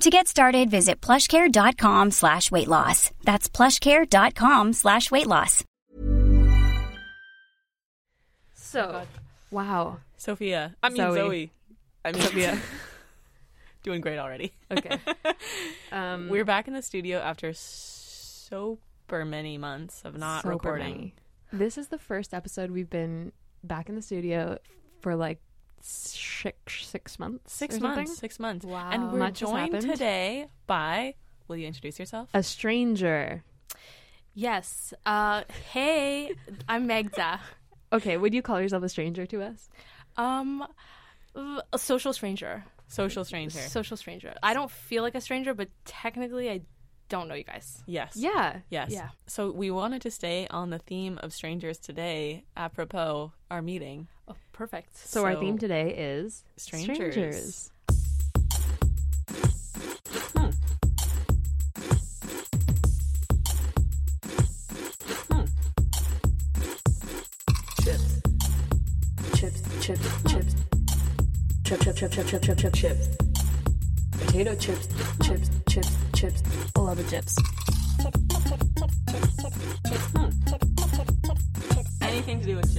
To get started, visit plushcare.com slash weight loss. That's plushcare.com slash weight loss. So, Wow. Sophia. I mean Zoe. Zoe. I mean Sophia. Doing great already. Okay. Um, We're back in the studio after super many months of not super recording. many. This is the first episode we've been back in the studio for like six six months. Six or something. months. Six months. Wow. And we're Much has joined happened. today by. Will you introduce yourself? A stranger. Yes. Uh, hey, I'm Megza. Okay, would you call yourself a stranger to us? Um, a social stranger. Social stranger. Social stranger. I don't feel like a stranger, but technically, I don't know you guys. yes. Yeah. Yes. Yeah. So we wanted to stay on the theme of strangers today, apropos our meeting. Oh, perfect. So, our theme today is Strangers. strangers. chips, chips, chips. Chip, chip, chip, chip, chip, chip, chip, chips. Potato chips, chips, chips, chips. I love the chips. Anything to do with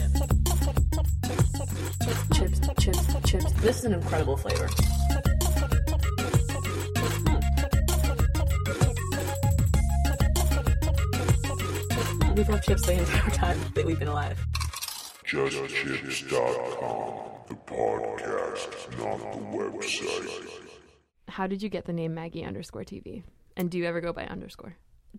chips. Chips, chips, chips. This is an incredible flavor. Hmm. We've had chips the entire time that we've been alive. JustChips.com, the podcast, not the website. How did you get the name Maggie underscore TV? And do you ever go by underscore?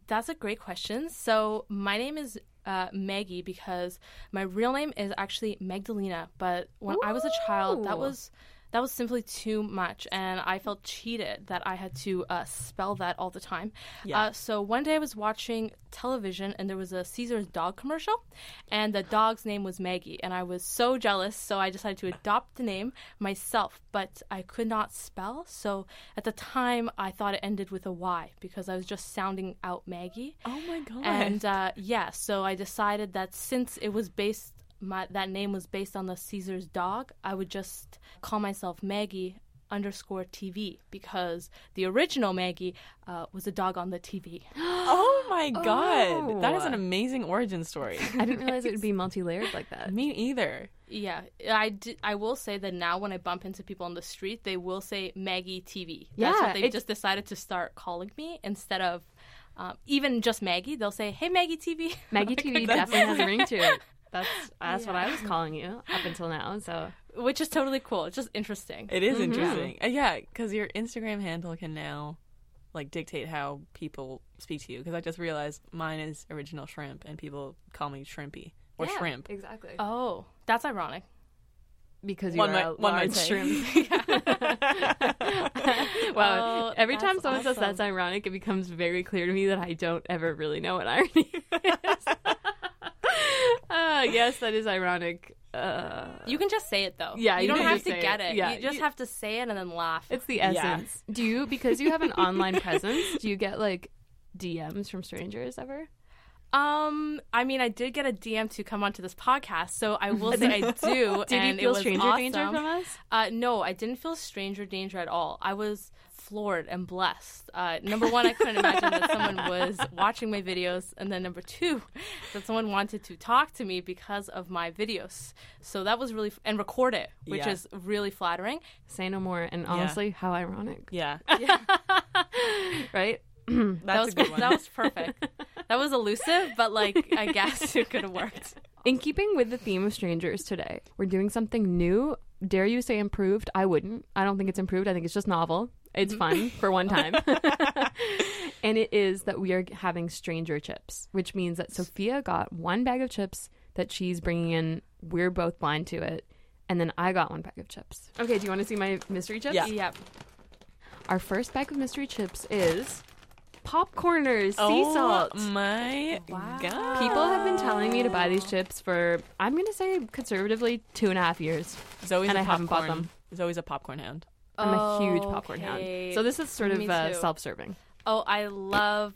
That's a great question. So my name is uh, Maggie because my real name is actually Magdalena, but when I was a child, that Ooh. was that was simply too much, and I felt cheated that I had to uh, spell that all the time. Yeah. Uh, so one day I was watching television, and there was a Caesar's dog commercial, and the dog's name was Maggie, and I was so jealous, so I decided to adopt the name myself. But I could not spell, so at the time I thought it ended with a Y because I was just sounding out Maggie. Oh my god. And uh, yeah, so I decided that since it was based, my that name was based on the Caesar's dog, I would just call myself Maggie underscore TV because the original Maggie uh, was a dog on the TV. Oh my god. That is Oh. an amazing origin story. I didn't realize it would be multi layered like that. Me either. Yeah, I, di- I will say that now when I bump into people on the street, they will say Maggie TV. Yeah, That's what they've it- just decided to start calling me instead of um, even just Maggie. They'll say, hey, Maggie TV. Maggie TV definitely has a ring to it. That's that's what I was calling you up until now. So Which is totally cool. It's just interesting. It Mm-hmm. is interesting. Uh, yeah, because your Instagram handle can now like dictate how people speak to you. Because I just realized mine is original shrimp, and people call me shrimpy or shrimp. exactly oh, that's ironic. because you One are might- a one might large say. shrimp. wow! Oh, Every time that's someone says that's awesome. ironic, it becomes very clear to me that I don't ever really know what irony is. uh, yes, that is ironic. Uh, You can just say it though. Yeah, you, you don't can have just to say get it. it. Yeah, you just you- have to say it and then laugh. it's the essence. Do you because you have an online presence? Do you get like DMs from strangers ever? Um, I mean, I did get a DM to come onto this podcast, so I will say I do. Did and you feel it was stranger awesome. danger from us? Uh, no, I didn't feel stranger danger at all. I was floored and blessed. Uh, number one, I couldn't imagine that someone was watching my videos, and then number two, that someone wanted to talk to me because of my videos. So that was really f- and record it, which Yeah. is really flattering. Say no more. And honestly, how ironic, Yeah, right? that's a was good one. that was perfect. That was elusive, but like I guess it could have worked. In keeping with the theme of strangers today, we're doing something new. Dare you say improved? I wouldn't. I don't think it's improved. I think it's just novel. It's fun for one time. and it is that we are having stranger chips, which means that Sophia got one bag of chips that she's bringing in. We're both blind to it. And then I got one bag of chips. Okay, do you want to see my mystery chips? Yeah. Yep. Our first bag of mystery chips is popcorners, sea Oh salt. my god! People have been telling me to buy these chips for, I'm going to say conservatively, two and a half years. Zoe's and a I haven't bought popcorn- them. Zoe's a popcorn hound. I'm a huge popcorn Okay. hound. So this is sort of Me uh, too. self-serving. Oh, I love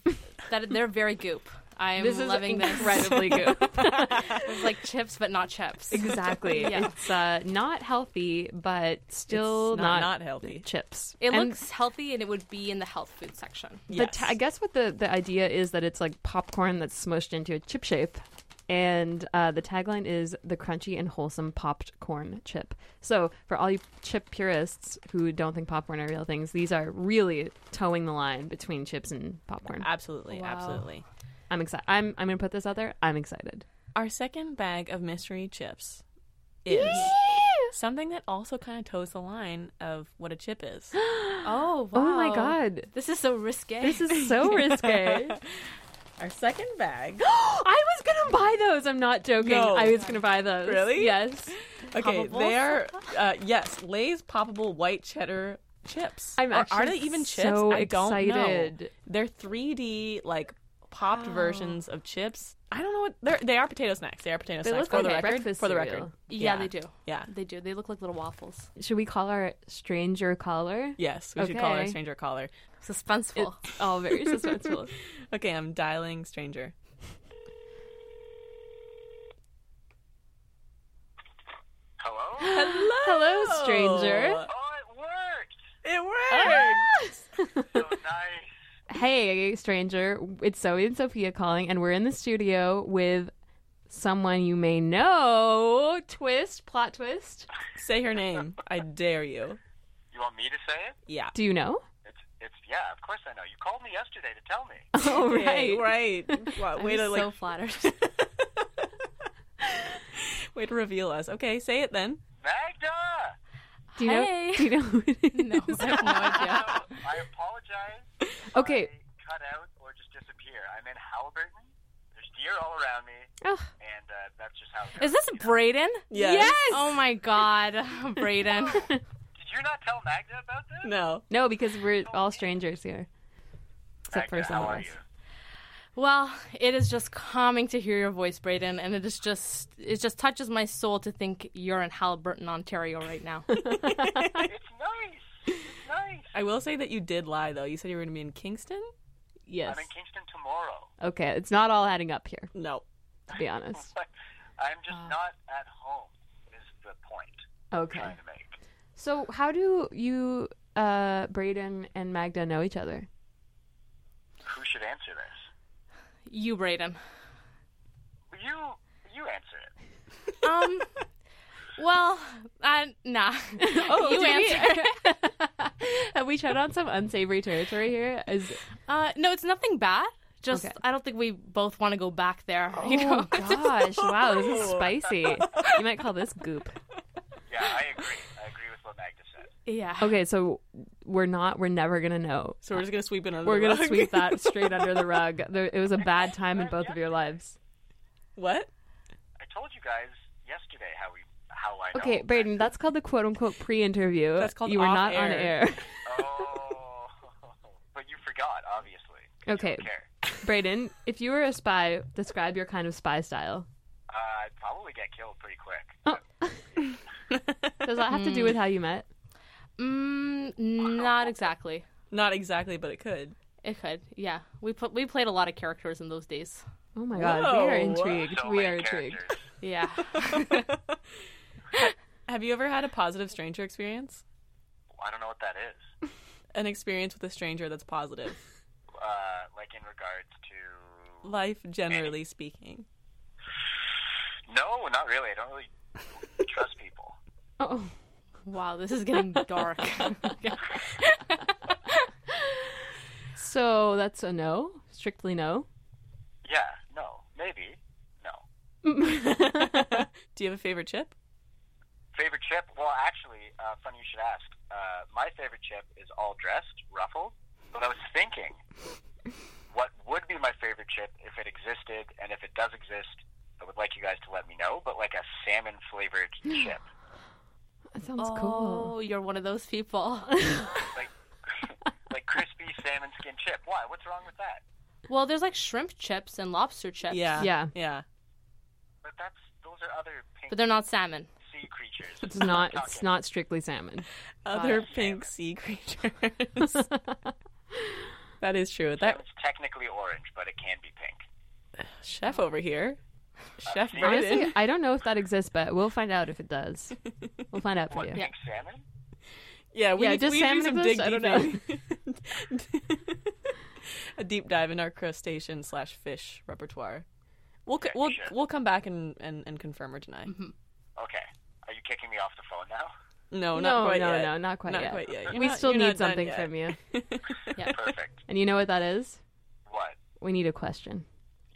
that. They're very goop. I'm this is loving this. incredibly good. It's like chips, but not chips. exactly. Yeah. It's uh, not healthy, but still It's not, not, healthy. chips. It And looks healthy, and it would be in the health food section. The t- I guess what the, the idea is that it's like popcorn that's smushed into a chip shape. And uh, the tagline is the crunchy and wholesome popped corn chip. So, for all you chip purists who don't think popcorn are real things, these are really towing the line between chips and popcorn. Absolutely, absolutely. I'm excited. I'm, I'm going to put this out there. I'm excited. Our second bag of mystery chips is something that also kind of toes the line of what a chip is. Oh, wow. Oh my God. This is so risque. This is so risque. Our second bag. I was gonna buy those. I'm not joking. No. I was gonna buy those. Really? Yes. Okay, Poppables? they are uh, yes, Lay's poppable white cheddar chips. I'm Or are actually they even chips? so I don't know. excited. They're 3D like popped versions of chips. I don't know what they're. They are potato snacks. They are potato They snacks look for like the record. breakfast For the cereal. record, yeah, they do. Yeah. They do. They look like little waffles. Should we call our stranger caller? Yes, we should call her Okay. stranger caller. Suspenseful. All very suspenseful. Okay, I'm dialing stranger. Hello? Hello, stranger. Ah! Oh, it worked! It worked. Oh. So nice. Hey, stranger. It's Zoe and Sophia calling, and we're in the studio with someone you may know. Twist, plot twist. Say her name. I dare you. You want me to say it? Yeah. Do you know? It's, it's, yeah, of course I know. You called me yesterday to tell me. Oh, Hey, right. Wow, way to I'm like so flattered. way to reveal us. Okay, say it then. Magda! Do you know? Hey. Do you know? Who it is? no, I have no idea. So, I apologize. if Okay. I cut out or just disappear. I'm in Halliburton. There's deer all around me, Ugh. and uh, that's just how it Is goes. this Brayden? Yes. Oh my God, Brayden. Did you not tell Magda about this? No. No, because we're all strangers here. Except for Magda, some how of are us. you? Well, it is just calming to hear your voice, Brayden, and it is just it just touches my soul to think you're in Halliburton, Ontario, right now. It's nice. It's nice. I will say that you did lie though. You said you were going to be in Kingston? Yes. I'm in Kingston tomorrow. Okay, it's not all adding up here, No. to be honest. I'm just not at home, is the point I'm Okay. trying to make. So, how do you, uh, Braden and Magda know each other? Who should answer this? you, Brayden. You, you answer it. Um. Well, I, nah. Oh, did you we- answer. Have we tread on some unsavory territory here? Is Uh, no, it's nothing bad. Just Okay. Oh. I don't think we both want to go back there. you know. gosh, wow, this is spicy. You might call this goop. Yeah, I agree. I agree with what Magda said. Yeah. Okay, so we're not, we're never gonna know. So we're just going to sweep it under We're the gonna rug. sweep that straight under the rug. There, it was a bad time in both of your lives. What? I told you guys yesterday how we, how I know. Okay, Braden, that's called the quote unquote pre-interview. That's called you were off not on air. air. Oh, but you forgot, obviously. 'cause Okay. You don't care. Braden, if you were a spy, describe your kind of spy style. Uh, I'd probably get killed pretty quick. Oh, Does that have to do with how you met? Mm, not exactly. Not exactly, but it could. It could. Yeah. We put we played a lot of characters in those days. Oh my god, we are Whoa. intrigued. So we many are intrigued. characters. Yeah. Have you ever had a positive stranger experience? I don't know what that is. An experience with a stranger that's positive. Uh, like in regards to Life generally speaking. no, not really. I don't really trust people. Oh, wow. This is getting dark. so that's a no, strictly no. Yeah, no, maybe, no. Do you have a favorite chip? Favorite chip? Well, actually, uh, funny you should ask. Uh, my favorite chip is all dressed, ruffled. But I was thinking, what would be my favorite chip if it existed, and if it does exist, I would like you guys to let me know. But like a salmon flavored chip, That sounds Oh, cool. you're one of those people. like like crispy salmon skin chip. Why? What's wrong with that? well, there's like shrimp chips and lobster chips. Yeah. Yeah. Yeah. But that's those are other pink But they're not salmon. sea creatures. It's not. It's not strictly salmon. Other pink sea creatures. that is true. That It's technically orange, but it can be pink. chef over here. Chef Honestly, Brandon. I don't know if that exists, but we'll find out if it does. We'll find out for you. Pink salmon? Yeah, we Yeah, need, just we need to do salmon some exists? dig I don't deep A deep dive in our crustacean slash fish repertoire. We'll c- we'll sure. we'll come back and, and, and confirm or deny. Okay. Are you kicking me off the phone now? No, not Mm-hmm. no, quite no, yet. no, not quite not yet. Quite yet. You're we not- still you're need not done something yet. from you. Perfect. And you know what that is? What? We need a question.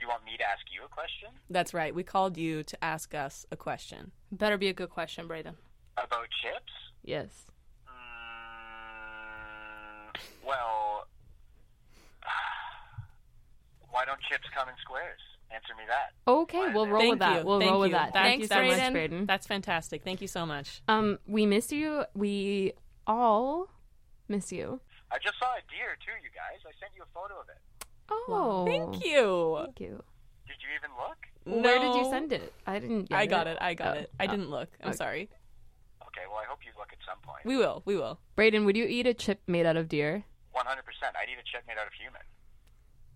You want me to ask you a question That's right. We called you to ask us a question. Better be a good question, Brayden. about chips? Yes. Mm, well, why don't chips come in squares? Answer me that. Okay, we'll roll Thank with that. you. We'll Thank roll with you. that. Thank Thank you, you so much, Brayden. Braden. That's fantastic. Thank you so much. Um, we miss you. We all miss you. I just saw a deer too, you guys. I sent you a photo of it. Oh, Thank you. Thank you. Did you even look? Where did you No. send it? I didn't. Get I got it. I got Oh, it. I oh. didn't look. I'm Okay. sorry. Okay, well I hope you look at some point. We will. We will. Braden, would you eat a chip made out of deer? 100%. I'd eat a chip made out of human.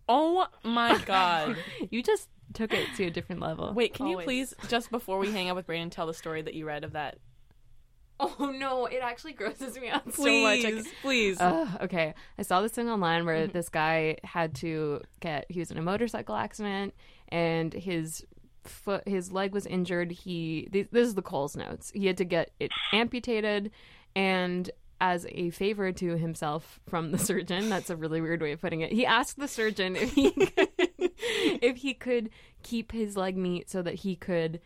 Oh my god. You just took it to a different level. Wait, can you Always. please just before we hang up with Brandon tell the story that you read of that? Oh no, it actually grosses me out so much. Please, please. Ugh, okay, I saw this thing online where this guy had to get. He was in a motorcycle accident, and his foot, his leg was injured. He th- this is the Cole's notes. He had to get it amputated, and as a favor to himself from the surgeon, that's a really weird way of putting it. He asked the surgeon if he could, if he could keep his leg meat so that he could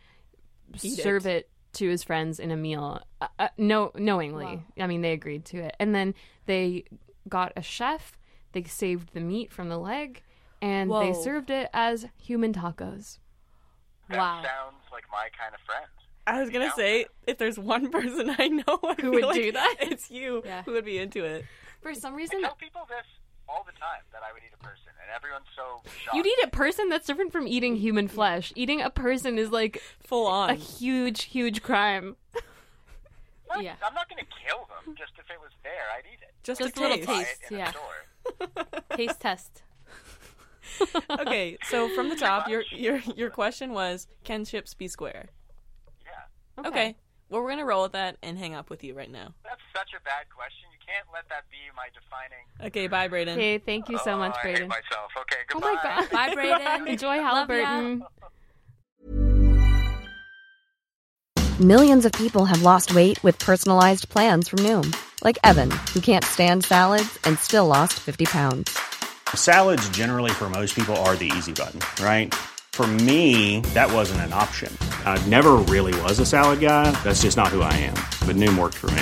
Eat it. serve it to his friends in a meal, uh, uh, no, knowingly. I mean, they agreed to it, and then they got a chef. They saved the meat from the leg, and Whoa. they served it as human tacos. That Wow. sounds like my kind of friend. I was gonna say if there's one person I know I feel would like do that? it's you. Yeah. Who would be into it? For some I reason, tell people this all the time that I would eat a person, and everyone's so shocked. you'd eat a person. That's different from eating human flesh. Eating a person is like Full a Um, on. huge, huge crime. What? Yeah. I'm not going to kill them. Just if it was there, I'd eat it. Just, Just a a little taste. Buy Taste, it in yeah. a store. Taste test. okay, so from the top, your your your question was, can chips be square? Yeah. Okay. Well, we're gonna roll with that and hang up with you right now. That's such a bad question. You can't let that be my defining. Okay, bye, Brayden. Okay. Thank you so much, Oh, I hate Braden. myself. Okay, Oh goodbye. my god. Bye, Brayden. Enjoy Love ya. Halliburton. Millions of people have lost weight with personalized plans from Noom, like Evan, who can't stand salads and still lost 50 pounds. Salads, generally, for most people, are the easy button, right? For me, that wasn't an option. I never really was a salad guy. That's just not who I am. But Noom worked for me.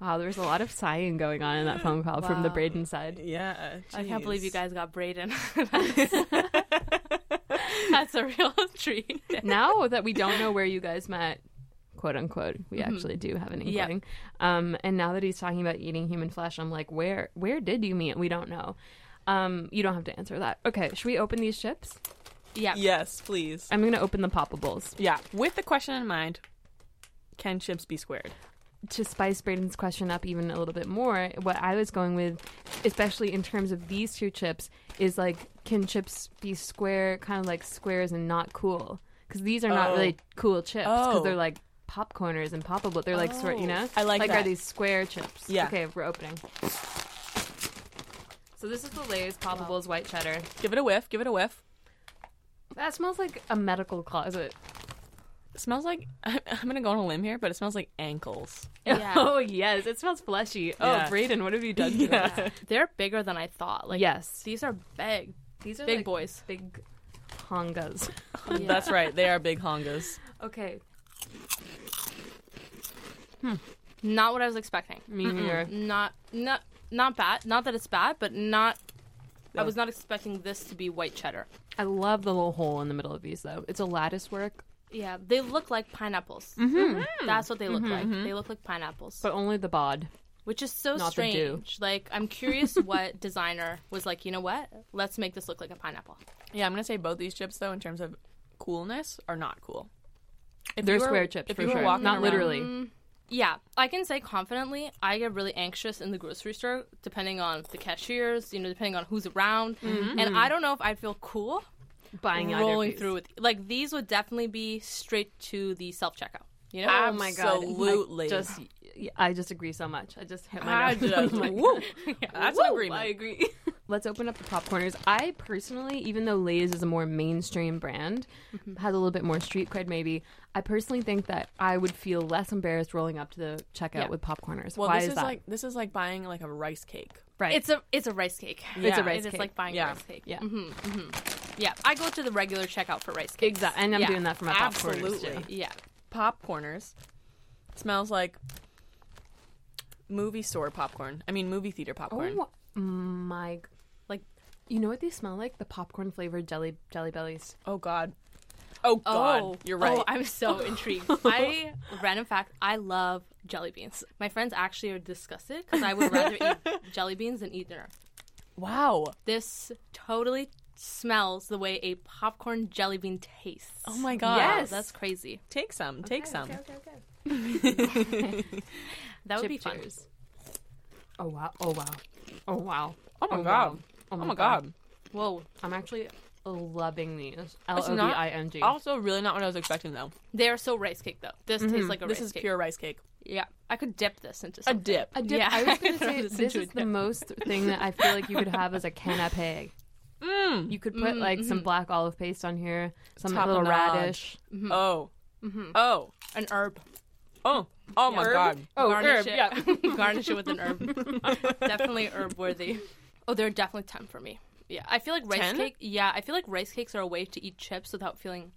Wow, there was a lot of sighing going on in that phone call from the Wow. Braden side. Yeah. I can't believe you jeez. guys got Brayden. That's a real treat. Now that we don't know where you guys met, quote unquote. We Mhm. actually do have an Yeah. inkling. Um, and now that he's talking about eating human flesh, I'm like, where where did you meet? We don't know. Um, you don't have to answer that. Okay, should we open these chips? Yeah. Yes, please. I'm gonna open the poppables. Yeah, with the question in mind, can chips be squared? to spice Braden's question up even a little bit more, what I was going with, especially in terms of these two chips, is like, can chips be square, kind of like squares and not cool? Because these are not Oh. really cool chips because Oh. they're like popcorners and poppable. They're like sort, you Oh. know, I like like are that. these square chips? Yeah. Okay, we're opening. So this is the Lay's poppables white cheddar. Give it a whiff. Give it a whiff. That smells like a medical closet. It smells like I'm gonna go on a limb here, but it smells like ankles. Yeah. oh yes, it smells fleshy. Oh, Yeah. Braden, what have you done to it? They're bigger than I thought. Like Yes. these are big. These are big like, boys. Big hongas. That's right. They are big hongas. Okay, Not what I was expecting. me neither. Not not not bad. Not that it's bad, but not. I was not expecting this to be white cheddar. I love the little hole in the middle of these though. It's a lattice work, Yeah, they look like pineapples. Mm-hmm. Mm-hmm. That's what they look like. They look like pineapples, but only the bod. which is so Not the dew. strange. Like, I'm curious what designer was like. You know what? Let's make this look like a pineapple. Yeah, I'm gonna say both these chips though, in terms of coolness, are not cool. If They're you were- square chips if for you were sure. walking Not around- literally. Yeah, I can say confidently. I get really anxious in the grocery store, depending on the cashiers. You know, depending on who's around. And I don't know if I'd feel cool Mm-hmm. Buying either rolling piece. through with like these would definitely be straight to the self checkout. You know, Oh my god! Absolutely. I just, yeah, I just agree so much. I just hit my. I nose. just- Like, woo. That's an woo, agreement. I agree. Let's open up the popcorners. I personally, even though Lay's is a more mainstream brand, Mm-hmm. has a little bit more street cred maybe. I personally think that I would feel less embarrassed rolling up to the checkout Yeah. with popcorners. Well, Why this is, is, that? like this is like buying like a rice cake. right. It's a it's a rice cake. It's a Yeah, rice It is cake. like buying Yeah. a rice cake. Yeah. hmm hmm Yeah. I go to the regular checkout for rice cakes. exactly, and I'm Yeah. doing that for my popcorners too. Absolutely. Yeah. Popcorners smells like movie store popcorn. I mean, movie theater popcorn. Oh my! g- Like You know what they smell like? The popcorn flavored jelly jelly bellies. Oh God. Oh God. oh, You're right. Oh, I'm so intrigued. I random fact. I love jelly beans. My friends actually are disgusted because I would rather eat jelly beans than eat dinner. wow. This totally smells the way a popcorn jelly bean tastes. Oh my God. Wow, that's crazy. Take some. Take some. That would Chip be fun. cheers. Oh wow! Oh wow! Oh wow! Oh my wow. God. Oh my God. Whoa, I'm actually loving these. L It's O V not- I N G. Also, really not what I was expecting though. they are so rice cake though. This tastes like a Mm-hmm. This rice is cake. pure rice cake. Yeah, I could dip this into A something. dip. A Uh, dip. Yeah. I was gonna say Listen to this a is the dip. most thing that I feel like you could have as a canapé. You could put like some black olive paste on here, some Mm. mm-hmm. Top little notch. radish. Oh. Oh. Uh-huh. Mm-hmm. An herb. Oh. Oh my Herb? God. garnish it. garnish it with an herb. definitely herb worthy. Oh, they're definitely ten for me. Yeah, I feel like rice 10? cake. Yeah, I feel like rice cakes are a way to eat chips without feeling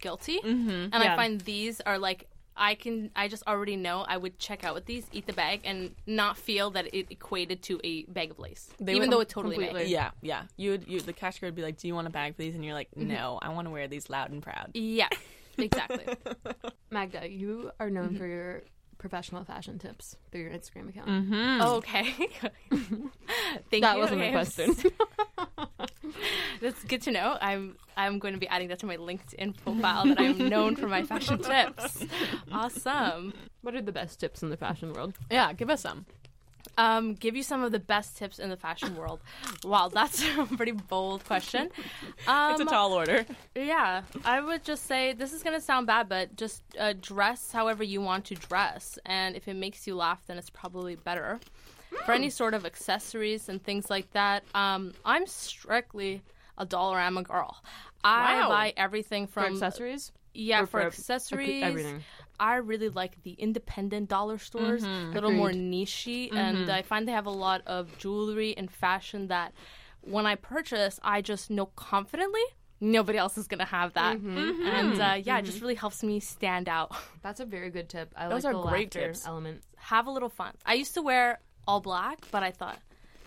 guilty. Mm-hmm. And Yeah. I find these are like I can. I just already know I would check out with these, eat the bag, and not feel that it equated to a bag of lace, even would- though it totally may. completely. Yeah, yeah. You would, you the cashier would be like, "Do you want a bag, please?" And you're like, Mm-hmm. "No, I want to wear these loud and proud." Yeah, exactly. Magda, you are known Mm-hmm. for your professional fashion tips through your Instagram account. Mm-hmm. okay. Thank Hmm. That you. wasn't my Okay. question. That's good to know. I'm I'm going to be adding that to my LinkedIn profile that I'm known for my fashion tips. Awesome. what are the best tips in the fashion world? Yeah, give us some. Um, give you some of the best tips in the fashion world. Wow, that's a pretty bold question. Um, It's a tall order. Yeah, I would just say this is gonna sound bad, but just uh, dress however you want to dress, and if it makes you laugh, then it's probably better. For Mm. any sort of accessories and things like that, um, I'm strictly a Dollarama girl. I Wow. buy everything from For accessories? Yeah, Or for, for ac- accessories, everything? I really like the independent dollar stores, a little more nichey, and I find they have a lot of jewelry and fashion that when I purchase, I just know confidently nobody else is gonna have that, and uh, yeah, it just really helps me stand out. That's a very good tip. I Those like are the great laughter tips. element. have a little fun. I used to wear all black, but I thought,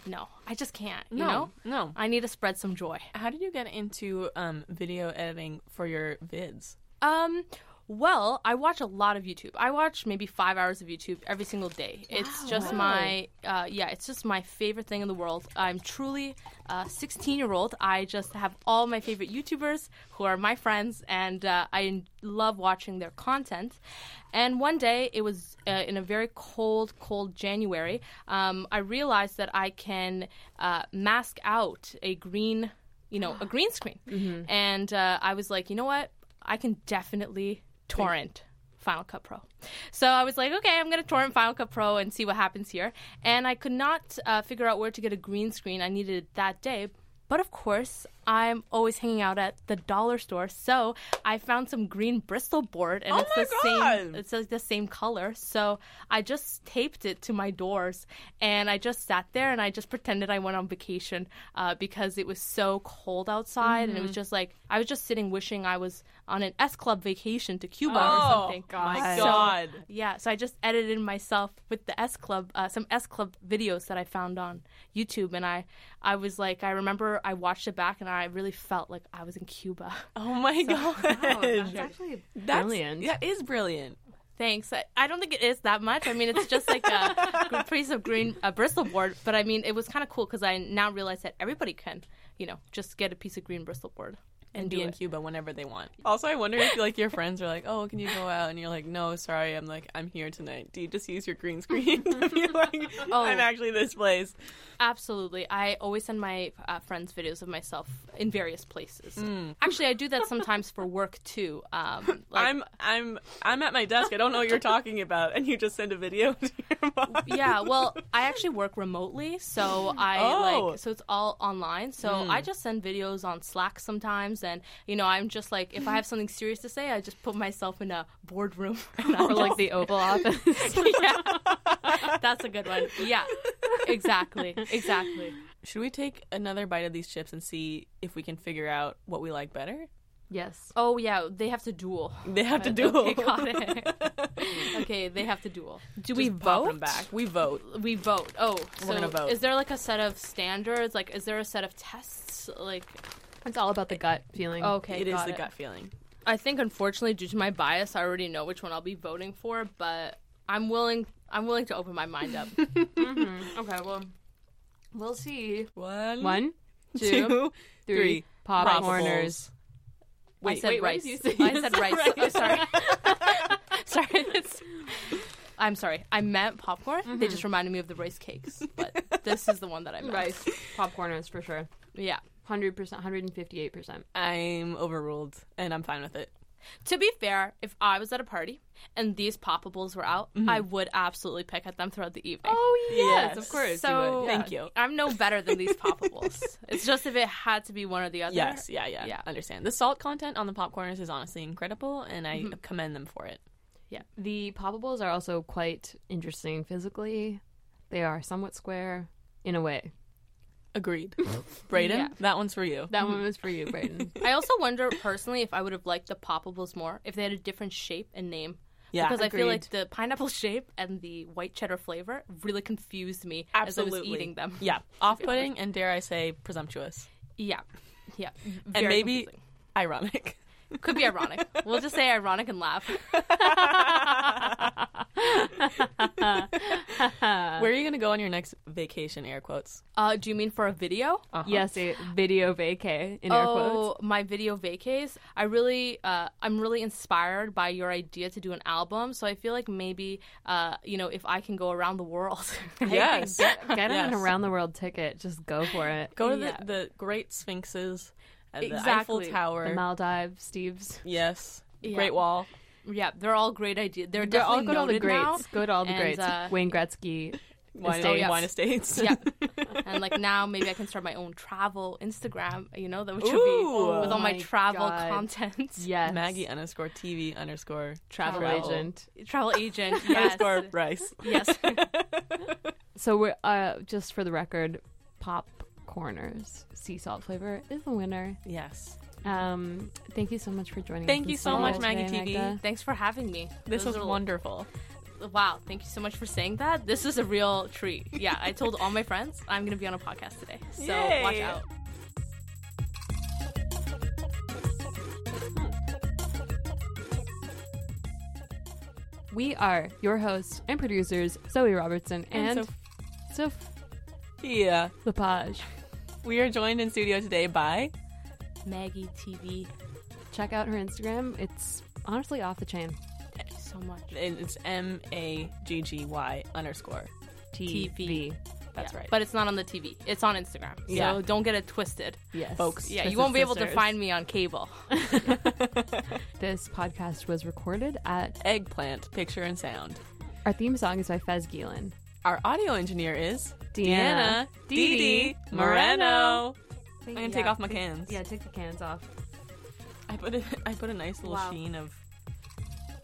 no, I just can't. You No, know, no. I need to spread some joy. How did you get into um, video editing for your vids? Um, Well, I watch a lot of YouTube. I watch maybe five hours of YouTube every single day. It's Wow. just Wow. my, uh, yeah, it's just my favorite thing in the world. I'm truly a 16 year old. I just have all my favorite YouTubers who are my friends, and uh, I en- love watching their content. And one day, it was uh, in a very cold, cold January. Um, I realized that I can uh, mask out a green, you know, a green screen. Mhm. And uh, I was like, you know what? I can definitely torrent Final Cut Pro. So I was like, okay, I'm going to torrent Final Cut Pro and see what happens here. And I could not uh, figure out where to get a green screen. I needed it that day. But of course, I'm always hanging out at the dollar store, so I found some green Bristol board, and Oh it's my the same. God! It's like the same color, so I just taped it to my doors, and I just sat there and I just pretended I went on vacation uh, because it was so cold outside, and it Mm-hmm. was Mhm. just like I was just sitting wishing I was on an S Club vacation to Cuba Oh, or something. my So- God. yeah, so I just edited myself with the S Club, uh, some S Club videos that I found on YouTube, and I, I was like, I remember I watched it back, and I really felt like I was in Cuba. Oh my god. that's actually That's- brilliant. That is brilliant. Thanks. I, I don't think it is that much. I mean, it's just like a gr- piece of green a bristle board, but I mean, it was kind of cool because I now realize that everybody can, you know, just get a piece of green bristle board and, And do be in it. Cuba whenever they want. Also, I wonder if like your friends are like, "Oh, can you go out?" And you're like, "No, sorry, I'm like I'm here tonight. Do you just use your green screen?" You're like, Oh. I'm actually this place. Absolutely. I always send my uh, friends videos of myself in various places. Actually, I do that sometimes for work too. Um, like, I'm I'm I'm at my desk. I don't know what you're talking about, and you just send a video. To your mom. yeah, well, I actually work remotely, so I Oh. like so it's all online. So Mm. I just send videos on Slack sometimes, and you know, I'm just like if I have something serious to say, I just put myself in a boardroom Oh, Or like the Oval Office. That's a good one. Yeah, exactly, exactly. Should we take another bite of these chips and see if we can figure out what we like better? Yes. Oh yeah, they have to duel. They have to Uh, duel. Okay, got it. okay, they have to duel. Do Just we pop vote? 'em back. We vote. We vote. Oh, so We're gonna vote. Is there like a set of standards? Like, is there a set of tests? Like, It's all about the gut feeling. Okay, it is got the it. gut feeling. I think unfortunately, due to my bias, I already know which one I'll be voting for. But I'm willing. I'm willing to open my mind up. Okay, well, we'll see. One, One, two, two, three. three. Pop Rice. corners. I said rice. I said rice. Oh, sorry. sorry. That's... I'm sorry. I meant popcorn. They just reminded me of the rice cakes, but this is the one that I meant. Rice. Pop corners for sure. Yeah. 100%, 158%. I'm overruled, and I'm fine with it. To be fair, if I was at a party and these poppables were out, I would absolutely pick at them throughout the evening. Oh, yes, Yes. of course you So would. Thank you. I'm no better than these poppables. it's just if it had to be one or the other. Yes, yeah, yeah, yeah. Understand. The salt content on the popcorners is honestly incredible, and I Mhm. commend them for it. Yeah. The poppables are also quite interesting physically. They are somewhat square in a way. Agreed. Brayden, Yeah. that one's for you. That one was for you, Brayden. I also wonder personally if I would have liked the poppables more if they had a different shape and name. Yeah. because I feel like Agreed. the pineapple shape and the white cheddar flavor really confused me as I was eating them. Yeah. Off putting and dare I say presumptuous. yeah, yeah, and Very maybe ironic. confusing. could be ironic. we'll just say ironic and laugh. Where are you going to go on your next vacation, air quotes? Uh, do you mean for a video? Yes, a video vacay in air oh, quotes. my video vacays. I really, uh, I'm really inspired by your idea to do an album. So I feel like maybe, uh, you know, if I can go around the world, Yes. Get, get on Yes. an around the world ticket. Just go for it. Go to Yeah. the, the Great Sphinxes, and the Exactly. Eiffel Tower. The Maldives, Steve's. yes. Yeah. Great Wall. yeah, they're all great ideas. They're, They're all definitely good. All the noted greats. now. Go to all the And, greats. uh, Wayne Gretzky. Wine, Estates. wine estates. yeah. And like now, maybe I can start my own travel Instagram. You know, that which would be Ooh. with all Oh my, my travel God. content. Yes. Maggie underscore TV underscore travel agent. Travel agent. Yes. underscore Bryce. yes. So we're uh, just for the record, pop corners sea salt flavor is the winner. Yes. Um, thank you so much for joining. Thank us you this so fall much, today, Maggie TV. Magda. Thanks for having me. This Those was are- wonderful. Wow. Thank you so much for saying that. This is a real treat. Yeah. I told all my friends I'm going to be on a podcast today. So watch Yay. out. We are your hosts and producers, Zoe Robertson And and, Sophia Lepage. We are joined in studio today by Maggie TV. Check out her Instagram. It's honestly off the chain. Thank you so much. and it's M A G G Y underscore TV. That's Yeah. right. But it's not on the TV. It's on Instagram. Yeah. So don't get it twisted. Yes. Folks, Yeah, Twisted you won't be able to Sisters. find me on cable. This podcast was recorded at. eggplant picture and sound. Our theme song is by Fez Gielen. Our audio engineer is Deanna Dee Dee Dee Moreno. Moreno. I'm gonna take off my cans. Yeah, take the cans off. I put a, I put a nice little Wow. sheen of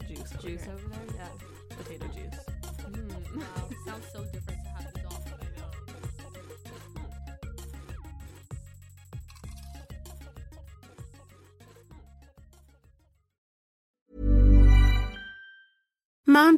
juice. Over Juice here. over there? Yeah. potato juice. Wow, sounds so different to have it all. Mom